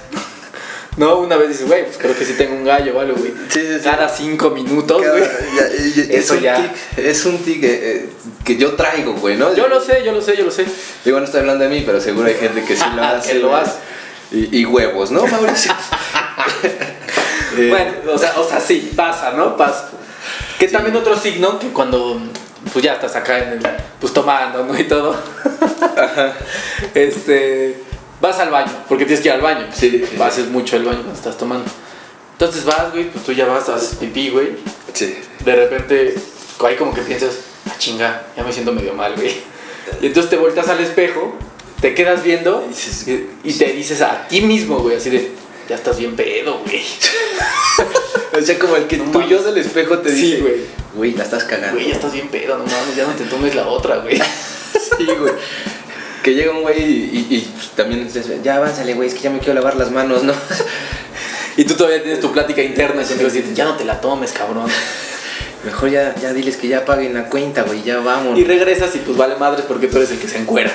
S4: No, una vez dices, güey, pues creo que sí tengo un gallo, ¿vale, güey?
S1: Sí, sí, sí.
S4: Cada cinco minutos,
S1: Cada-
S4: güey.
S1: ya- ya- ya-
S4: Eso
S1: es un
S4: ya.
S1: tic- es un tic eh, eh, que yo traigo, güey, ¿no?
S4: Yo lo sé, yo lo sé, yo lo sé.
S1: Digo, no estoy hablando de mí, pero seguro hay gente que sí lo hace.
S4: Que lo
S1: güey.
S4: hace.
S1: Y, y huevos, ¿no, Mauricio? Eh,
S4: Bueno, o sea, o sea, sí, pasa, ¿no? Pasa. Que también otro signo que cuando pues ya estás acá en el, pues tomando, ¿no? Y todo. *laughs* este, vas al baño, porque tienes que ir al baño.
S1: Sí, sí.
S4: Haces mucho el baño cuando estás tomando. Entonces vas, güey, pues tú ya vas, haces pipí, güey.
S1: sí.
S4: De repente, ahí como que piensas, ah, chinga, ya me siento medio mal, güey. Y entonces te volteas al espejo te quedas viendo
S1: Y dices,
S4: y te dices a ti mismo, güey, así de, ya estás bien pedo,
S1: *laughs*
S4: güey.
S1: O sea, como el que
S4: No
S1: tú
S4: mames.
S1: yo del espejo te
S4: Sí,
S1: dice,
S4: güey.
S1: güey, la estás cagando.
S4: Güey, ya estás bien pedo, no mames, ya no te tomes la otra, güey.
S1: *laughs* Sí, güey. Que llega un güey y, y- y, pues, también dices, ya avánzale, güey, es que ya me quiero lavar las manos, ¿no? *laughs*
S4: Y tú todavía tienes tu plática interna, así decir, ya no te la tomes, cabrón.
S1: Mejor ya, ya diles que ya paguen la cuenta, güey, ya vamos.
S4: Y regresas y pues vale madres porque tú eres el que se encuera.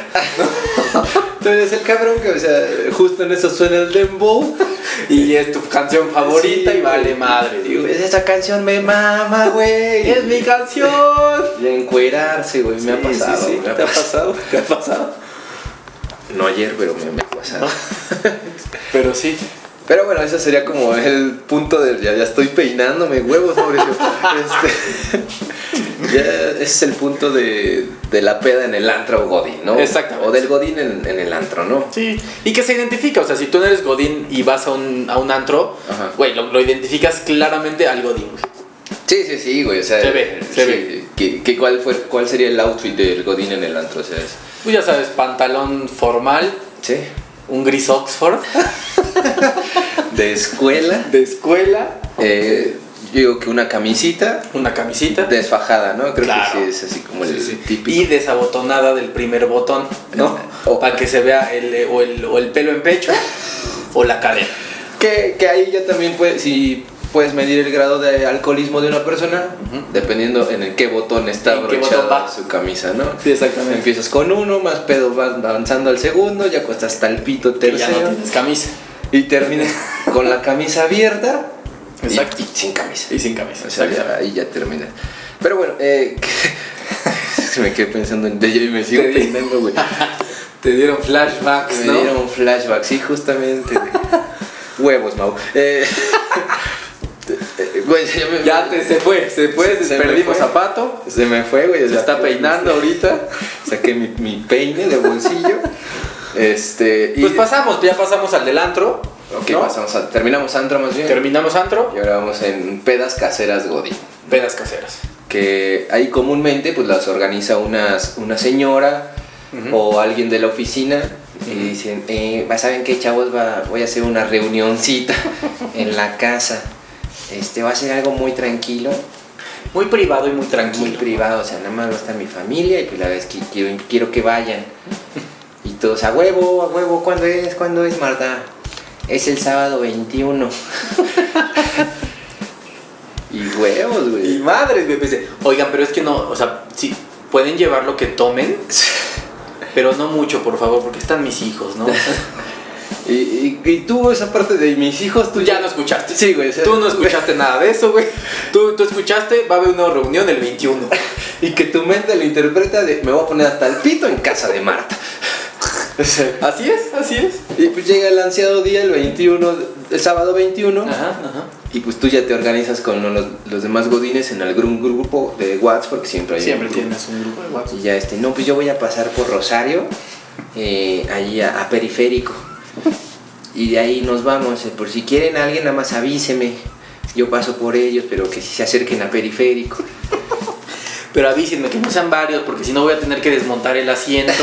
S1: Entonces el cabrón que, o sea, justo en eso suena el dembow.
S4: Y es tu canción favorita y vale madre.
S1: Y, güey, esa canción me mama, güey.
S4: es mi canción.
S1: Y encuerarse, güey, me ha pasado. me ha
S4: ¿Te ha
S1: pasado.
S4: *laughs* pasado? ¿Te ha pasado?
S1: No ayer, pero me, me ha pasado.
S4: Pero sí.
S1: *laughs* Pero bueno, ese sería como el punto de. Ya, ya estoy peinándome huevos, *laughs* Mauricio. Este, ya ese es el punto de, de la peda en el antro Godín, ¿no?
S4: Exactamente.
S1: O del Godín en, en el antro, ¿no?
S4: Sí. Y que se identifica, o sea, si tú no eres Godín y vas a un, a un antro,
S1: Ajá.
S4: güey, lo, lo identificas claramente al Godín. güey.
S1: Sí, sí, sí, güey. O sea,
S4: Se ve, se
S1: sí,
S4: ve.
S1: ¿Qué, qué- cuál, fue, ¿Cuál sería el outfit del Godín en el antro? O sea, es-
S4: Tú ya sabes, pantalón formal,
S1: sí.
S4: un gris Oxford,
S1: De escuela.
S4: *laughs* de escuela,
S1: eh, yo digo que una camisita
S4: una camisita.
S1: desfajada, ¿no? Creo
S4: Claro.
S1: que sí es así como el
S4: Sí, sí.
S1: típico.
S4: Y desabotonada del primer botón, *laughs* ¿no?
S1: O-
S4: Para que se vea el, eh, o, el, o el pelo en *laughs* pecho o la cadena.
S1: Que, que ahí ya también puedes, si puedes medir el grado de alcoholismo de una persona,
S4: Ujú.
S1: dependiendo en el qué botón está
S4: En qué
S1: abrochada
S4: botón va.
S1: su camisa, ¿no?
S4: Sí, exactamente.
S1: Empiezas con uno, más pedo vas avanzando al segundo, ya cuesta hasta el pito
S4: Que ya
S1: tercero.
S4: no tienes camisa.
S1: y terminas con la camisa abierta y-
S4: Exacto.
S1: Y, sin camisa.
S4: Y sin camisa.
S1: O sea,
S4: exacto.
S1: ya- ahí ya terminas. Pero bueno, eh, *laughs* me quedé pensando en y me sigo
S4: Te di-
S1: peinando, güey.
S4: Te dieron flashbacks,
S1: Me
S4: ¿no?
S1: dieron flashbacks, sí, justamente.
S4: *laughs*
S1: güey. Huevos, Mau. Eh, *laughs* eh, güey, ya me-
S4: Ya te- se fue, se fue,
S1: Se me
S4: perdimos
S1: fue.
S4: zapato.
S1: Se me fue, güey. o
S4: Se
S1: sea,
S4: está peinando ahorita.
S1: *laughs* Saqué mi, mi peine de bolsillo. Este. Y,
S4: Pues pasamos, ya pasamos al del antro.
S1: Ok,
S4: ¿no?
S1: pasamos a- terminamos antro más bien.
S4: Terminamos antro,
S1: y ahora vamos en pedas caseras Godín.
S4: pedas caseras.
S1: Que ahí comúnmente pues las organiza unas, una señora o alguien de la oficina. Y dicen, eh, va- ¿saben qué, chavos? Va, voy a hacer una reunioncita en la casa. Este va a ser algo muy tranquilo,
S4: Muy privado y muy
S1: muy
S4: tranquilo.
S1: privado. O sea, nada más va a estar mi familia y pues la verdad es que quiero, quiero que vayan. Y todos, a huevo, a huevo, ¿cuándo es? ¿Cuándo es, Marta? Es el sábado 21. *laughs* y huevos,
S4: y
S1: güey.
S4: madres, güey. pues, eh, Oigan, pero es que no, o sea, sí, pueden llevar lo que *laughs* tomen, pero no mucho, por favor, porque están mis hijos, *laughs* ¿no?
S1: Y, y- y tú, esa parte de mis hijos,
S4: Tú ya no escuchaste.
S1: Sí, güey, o sea,
S4: Tú no *laughs* escuchaste nada de eso, güey. Tú, tú escuchaste, va a haber una reunión el 21.
S1: Y que tu mente lo interpreta de me voy a poner hasta el pito en casa de Marta. *laughs* O sea,
S4: Así es, así es.
S1: y pues llega el ansiado día, el 21, el sábado 21,
S4: Ajá, ajá.
S1: y pues tú ya te organizas con los, los demás godines en algún grupo de WhatsApp, porque siempre hay un
S4: Siempre
S1: grupo.
S4: tienes un grupo de WhatsApp.
S1: Y ya este, no, pues yo voy a pasar por Rosario, eh, allí a, a Periférico. Y de ahí nos vamos. eh, Por si quieren a alguien, nada más avíseme. Yo paso por ellos, pero que si se acerquen a Periférico.
S4: Pero avísenme que no sean varios, porque si no voy a tener que desmontar el asiento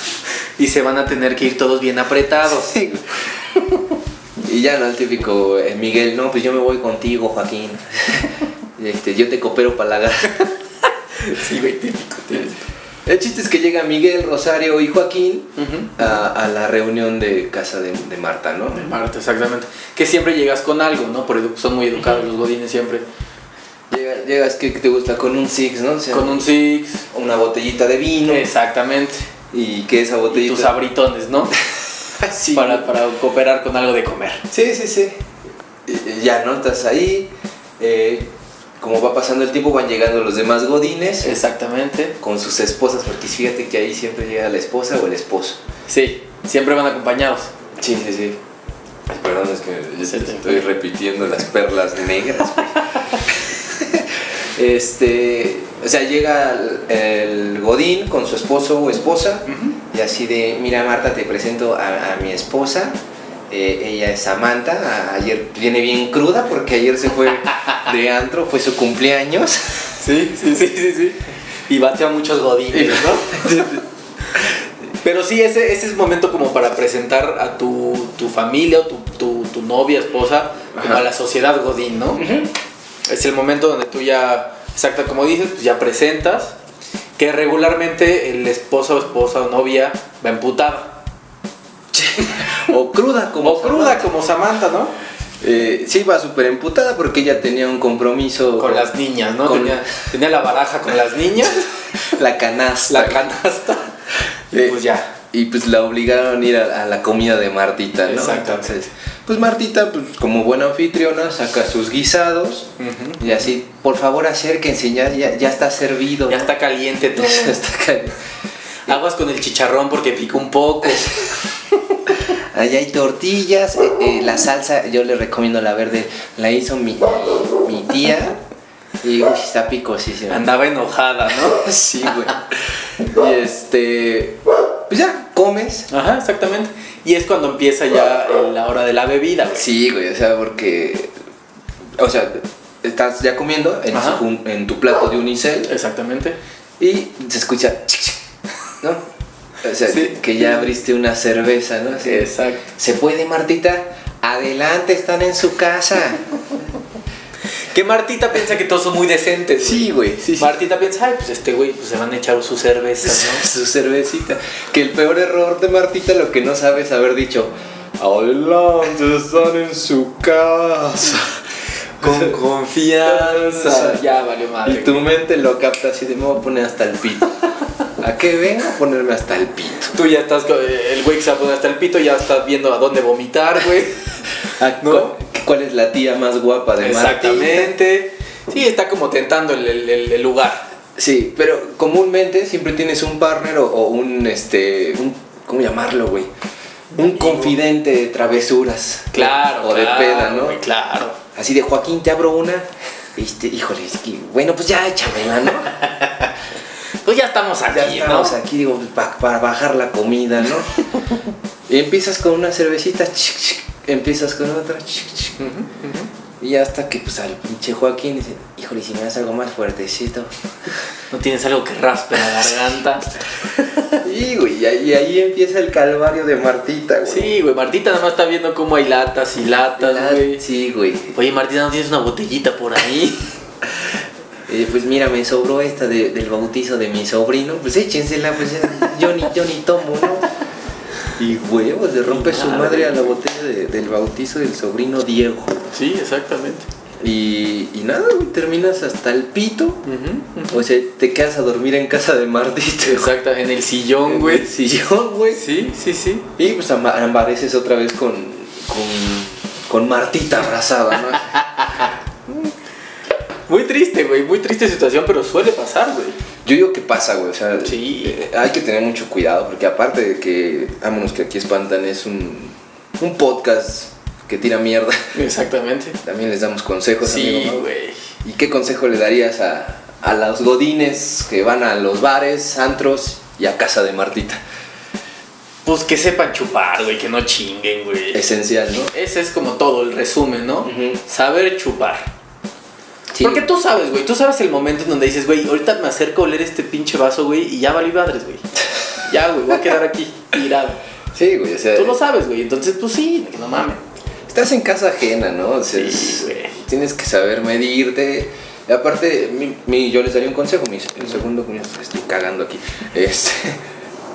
S4: *laughs* y se van a tener que ir todos bien apretados.
S1: Sí. Y ya no, el típico eh, Miguel, no, pues yo me voy contigo,
S4: *laughs*
S1: Joaquín. Este, yo te coopero para la gana.
S4: Sí, güey, típico, típico.
S1: El chiste es que llega Miguel, Rosario y Joaquín a, a la reunión de casa de, de Marta, ¿no?
S4: El martes, exactamente. Que siempre llegas con algo, ¿no? Porque son muy educados los godines siempre.
S1: Llega- llegas, ¿qué te gusta? Con un six, ¿no? O sea,
S4: Con un six.
S1: una botellita de vino.
S4: Exactamente.
S1: Y que esa
S4: Y
S1: botellita...
S4: tus abritones, ¿no?
S1: *laughs* Sí.
S4: Para, para cooperar con algo de comer.
S1: Sí, sí, sí. Y- y Ya, ¿no? Estás ahí. eh, como va pasando el tiempo, van llegando los demás godines.
S4: Exactamente.
S1: con sus esposas, porque fíjate que ahí siempre llega la esposa o el esposo.
S4: Sí, siempre van acompañados.
S1: Sí, sí, sí. Perdón, es que yo
S4: Se te
S1: estoy repitiendo las perlas negras. güey. *laughs* este, o sea, llega el, el Godín con su esposo o esposa y así de, mira Marta, te presento a, a mi esposa. Eh, ella es Samantha, a- ayer viene bien cruda porque ayer se fue de antro, fue su cumpleaños. *laughs*
S4: Sí, sí, sí, sí, sí. Y batea muchos godines, ¿no? *laughs* Pero sí, ese, ese es momento como para presentar a tu, tu familia o tu, tu, tu novia, esposa, como
S1: Ajá.
S4: a la sociedad Godín, ¿no? Es el momento donde tú ya, exacto como dices, pues ya presentas, que regularmente el esposo, esposa o novia va emputada.
S1: O cruda como.
S4: o cruda como Samantha, ¿no?
S1: Eh, sí, va súper emputada porque ella tenía un compromiso
S4: Con las niñas, ¿no?
S1: Con-
S4: Tenía, tenía la baraja con las *laughs* niñas,
S1: *laughs* la canasta.
S4: la canasta. Y
S1: Eh,
S4: pues ya.
S1: Y pues la obligaron a ir a, a la comida de Martita, ¿no?
S4: Exactamente.
S1: Entonces, pues Martita, pues como buena anfitriona, saca sus guisados
S4: Ujú.
S1: y así, por favor acérquense, ya, ya, ya está servido. *laughs*
S4: Ya está caliente todo.
S1: Ya
S4: *laughs*
S1: está *laughs* caliente.
S4: Aguas con el chicharrón porque pica un poco.
S1: Allá hay tortillas, eh, eh, la salsa, yo les recomiendo la verde, la hizo mi, mi tía y uy, está picosísima.
S4: Andaba enojada,
S1: *laughs*
S4: ¿no?
S1: Sí, güey. Y este, pues ya, comes,
S4: Ajá, exactamente. Y es cuando empieza ya eh, la hora de la bebida. güey.
S1: Sí, güey, o sea, porque. O sea, estás ya comiendo en,
S4: Ajá.
S1: su- en tu plato de unicel
S4: Exactamente.
S1: y se escucha. chic, chic, ¿No? O sea,
S4: Sí.
S1: que ya abriste una cerveza, ¿no? Así,
S4: Exacto.
S1: ¿Se puede, Martita? Adelante, están en su casa.
S4: Que Martita piensa que todos son muy decentes.
S1: *laughs*
S4: güey.
S1: Sí, güey, sí, sí.
S4: Martita piensa, ay, pues este güey pues, se van a echar sus cervezas, ¿no?
S1: Su cervecita. Que el peor error de Martita, lo que no sabe es haber dicho. Adelante, están en su casa.
S4: Con confianza. Ya valió madre.
S1: Y tu mente lo capta así de me voy a poner hasta el pito. ¿A qué vengo a ponerme hasta el pito?
S4: Tú ya estás, co- eh, el güey que se pone hasta el pito, ya estás viendo a dónde vomitar, *laughs* güey.
S1: ¿A
S4: ¿No?
S1: ¿Cuál, cuál es la tía más guapa de Martín?
S4: Exactamente. Sí, está como tentando el, el- el- el lugar.
S1: Sí, pero comúnmente siempre tienes un partner o, o un este. un- ¿Cómo llamarlo, güey? Un confidente de travesuras.
S4: Claro.
S1: O de
S4: claro,
S1: peda, ¿no?
S4: güey, claro.
S1: Así de Joaquín, te abro una. Este, híjole, es que, bueno, pues ya échamela, ¿no?
S4: Pues ya estamos aquí,
S1: Ya
S4: ¿no?
S1: estamos aquí, digo, pa- para bajar la comida, ¿no? y empiezas con una cervecita, chic, chic, empiezas con otra, chic, chic. Y hasta que pues al pinche Joaquín dice, híjole, si me das algo más fuertecito.
S4: No tienes algo que raspe la garganta.
S1: y güey, y ahí, y ahí empieza el calvario de Martita, güey.
S4: Sí, güey, Martita nada más está viendo cómo hay latas y latas,
S1: La-
S4: güey.
S1: Sí, güey.
S4: Oye, Martita, ¿no tienes una botellita por ahí?
S1: Eh, pues mira, me sobró esta de- del bautizo de mi sobrino. Pues échensela, pues ya, yo, ni, yo ni tomo, ¿no? Y huevos, le rompe su madre a la botella de- del bautizo del sobrino Diego.
S4: Sí, exactamente.
S1: Y, y nada, güey, terminas hasta el pito. O sea, te quedas a dormir en casa de Martita. *laughs*
S4: Exacto, en el sillón,
S1: güey.
S4: güey.
S1: Sillón, güey.
S4: Sí, sí, sí.
S1: Y pues ama- amaneces otra vez con, con, con Martita abrazada, ¿no?
S4: Muy triste, güey, muy triste situación, pero suele pasar, güey.
S1: Yo digo que pasa, güey. O sea,
S4: Sí.
S1: eh, hay que tener mucho cuidado porque aparte de que, vámonos, que aquí espantan, es un, un podcast que tira mierda. *laughs*
S4: Exactamente.
S1: También les damos consejos,
S4: Sí,
S1: amigo, ¿no?
S4: güey.
S1: ¿Y qué consejo le darías a, a los godines que van a los bares, antros y a casa de Martita?
S4: Pues que sepan chupar, güey, que no chinguen, güey.
S1: Esencial, ¿no?
S4: Ese es como todo el resumen, ¿no?
S1: Ujú.
S4: Saber chupar.
S1: Porque
S4: Porque tú sabes, güey, tú sabes el momento en donde dices, güey, ahorita me acerco a oler este pinche vaso, güey, y ya valí madres, güey. Ya, güey, voy a quedar aquí tirado.
S1: Sí, güey, o sea,
S4: Tú lo sabes, güey, entonces, pues sí, que no mames.
S1: estás en casa ajena, ¿no? O sea,
S4: Sí,
S1: es-
S4: güey.
S1: tienes que saber medirte. Y aparte, mi, mi- yo les daría un consejo, mi, el segundo, mira, estoy cagando aquí. Este,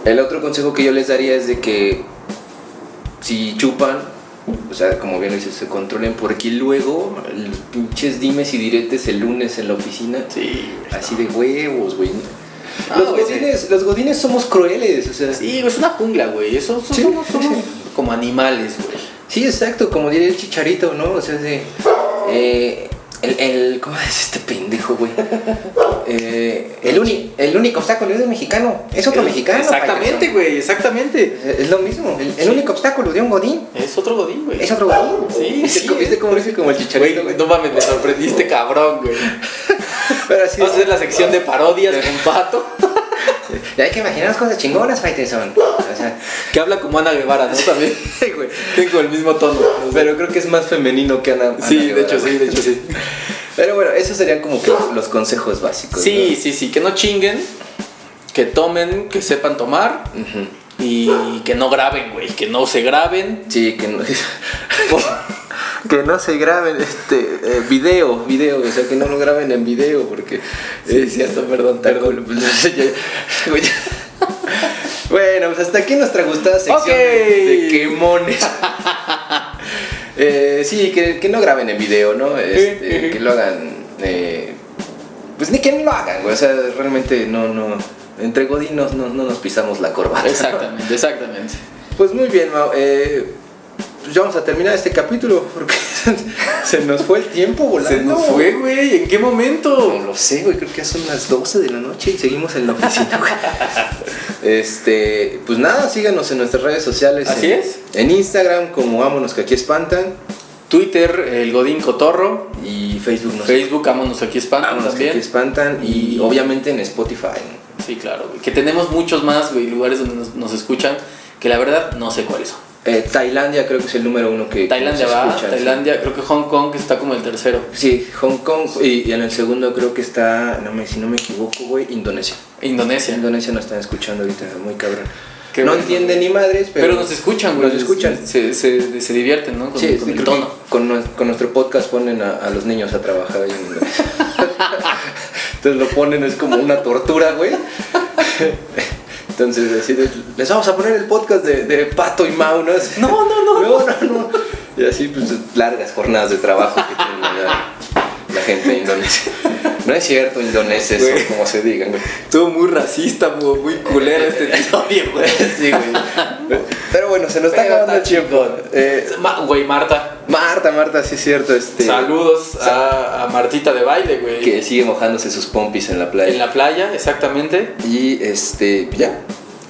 S1: *laughs* el otro consejo que yo les daría es de que si chupan, o sea, como bien lo dices, se controlen, porque luego los pinches dimes y diretes el lunes en la oficina,
S4: Sí,
S1: así de huevos, güey.
S4: Ah,
S1: los,
S4: güey, sí.
S1: godines, los godines somos crueles, o sea,
S4: Sí, güey, es una jungla, güey. Eso eso-
S1: Sí.
S4: somos, somos como animales, güey.
S1: Sí, exacto, como diría el chicharito, ¿no? O sea, de. eh, el, el- ¿Cómo es este pendejo, güey? Eh, el, uni- el único obstáculo es un mexicano. Es otro
S4: Eh,
S1: mexicano.
S4: Exactamente, güey, exactamente.
S1: payaso. Es lo mismo. El, el
S4: Sí.
S1: único obstáculo de un godín
S4: Es otro godín, güey.
S1: es otro godín.
S4: Sí,
S1: *laughs* ¿Viste,
S4: sí,
S1: cómo- ¿Viste cómo dice como el chicharito?
S4: Güey, no mames, me sorprendiste, cabrón, güey.
S1: Pero así.
S4: Vamos a hacer la sección de parodias con Pato,
S1: Y hay que imaginar las cosas chingonas, Faitelson. O
S4: *laughs*
S1: sea,
S4: que habla como Ana Guevara, ¿no? También.
S1: *laughs* güey.
S4: Tengo el mismo tono.
S1: Pero creo que es más femenino que Ana. Ana
S4: Sí, de
S1: Guevara,
S4: hecho, sí,
S1: güey.
S4: de hecho, sí.
S1: Pero bueno, esos serían como que los consejos básicos.
S4: Sí, sí, sí, que no chinguen, que tomen, que sepan tomar
S1: ¿no? Ujú.
S4: y Y que no graben, güey. Que no se graben.
S1: Sí, que no, *laughs* que no se graben este eh, video, video, o sea, que no lo graben en video porque eh, es cierto, perdón, perdón. *laughs* bueno, pues hasta aquí nuestra gustada sección
S4: Ok.
S1: de, de quemones. *laughs* Eh, sí, que, que no graben en video, ¿no? Este, que lo hagan eh, pues ni que no lo hagan, güey, o sea, realmente no no entre godinos no, no nos pisamos la corbata.
S4: Exactamente, exactamente.
S1: Pues muy bien, Mau. eh, pues ya vamos a terminar este capítulo porque *laughs* se nos fue el tiempo volando.
S4: güey. ¿En qué
S1: No
S4: momento?
S1: lo sé, güey. Creo que ya son las 12 de la noche y seguimos en la oficina, güey. *laughs* Este, pues nada, síganos en nuestras redes sociales.
S4: Así
S1: en,
S4: es.
S1: En Instagram, como Vámonos que aquí espantan.
S4: Twitter, el Godín Cotorro.
S1: Y Facebook, nos
S4: Facebook, Vámonos aquí espantan
S1: Vámonos que aquí
S4: también.
S1: espantan. Y obviamente en Spotify. ¿no?
S4: Sí, claro, güey. Que tenemos muchos más, güey, lugares donde nos, nos escuchan. Que la verdad no sé cuáles son.
S1: Eh, Tailandia creo que es el número uno que. que
S4: Tailandia
S1: nos
S4: va,
S1: escucha, sí.
S4: Tailandia, creo que Hong Kong está como el tercero.
S1: Sí, Hong Kong y, y en el segundo creo que está, no me, si no me equivoco, güey, Indonesia.
S4: Indonesia.
S1: Indonesia nos están escuchando ahorita, muy cabrón.
S4: Qué
S1: no
S4: bueno.
S1: entienden ni madres, pero,
S4: Pero, nos escuchan, güey.
S1: Nos escuchan.
S4: Se, se- se divierten, ¿no? Con,
S1: Sí,
S4: con
S1: sí,
S4: el
S1: creo
S4: tono.
S1: que Con, nue- con nuestro podcast ponen a, a los niños a trabajar ahí en Indonesia. *laughs* Entonces lo ponen, es como una tortura, güey. *laughs* Entonces así de, les vamos a poner el podcast de, de Pato y Mau, ¿no? Así-
S4: No, no,
S1: *laughs*
S4: no.
S1: no, no, no. Y así, pues, largas jornadas de trabajo que tiene la, la gente de Indonesia. No es cierto, indoneses,
S4: Güey.
S1: o como se digan, güey.
S4: Estuvo muy racista, muy, muy culero este episodio, *laughs* güey.
S1: Sí, güey. Pero bueno, se nos está
S4: Pero
S1: acabando el
S4: está
S1: tiempo. Eh,
S4: Ma- Güey, Marta.
S1: Marta, Marta, sí es cierto, este.
S4: Saludos a, a Martita de baile, güey.
S1: Que sigue mojándose sus pompis en la playa.
S4: En la playa, exactamente.
S1: Y este, ya.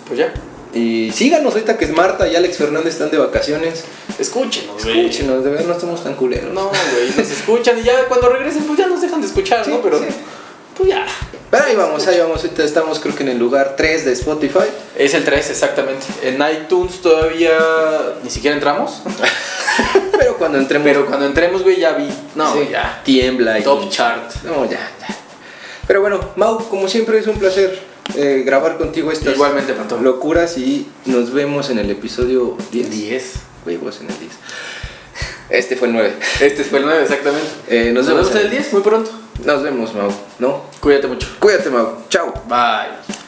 S4: Pues ya.
S1: Y síganos ahorita que es Marta y Alex Fernández están de vacaciones.
S4: Escúchenos, güey.
S1: Escúchenos, de verdad no estamos tan culeros.
S4: No, güey. Nos escuchan y ya cuando regresen, pues ya nos dejan de escuchar,
S1: Sí,
S4: ¿no? Pero.
S1: sí.
S4: Pues ya.
S1: Pero ahí vamos, ahí vamos. Ahorita estamos, creo que en el lugar 3 de Spotify.
S4: Es el 3, exactamente. En iTunes todavía ni siquiera entramos.
S1: Pero cuando entremos.
S4: Pero cuando entremos, güey, ya vi. No,
S1: sí,
S4: güey, ya.
S1: Tiembla y.
S4: Top chart.
S1: No, ya, ya. Pero bueno, Mau, como siempre es un placer eh, grabar contigo estas
S4: Igualmente, Pato.
S1: locuras y nos vemos en el episodio 10.
S4: 10.
S1: Huevos en el 10. Este fue el 9.
S4: Este fue el 9, exactamente.
S1: Eh, nos,
S4: Nos vemos en el 10 muy pronto.
S1: Nos vemos, Mau. ¿No?
S4: Cuídate mucho.
S1: Cuídate, Mau. Chao.
S4: Bye.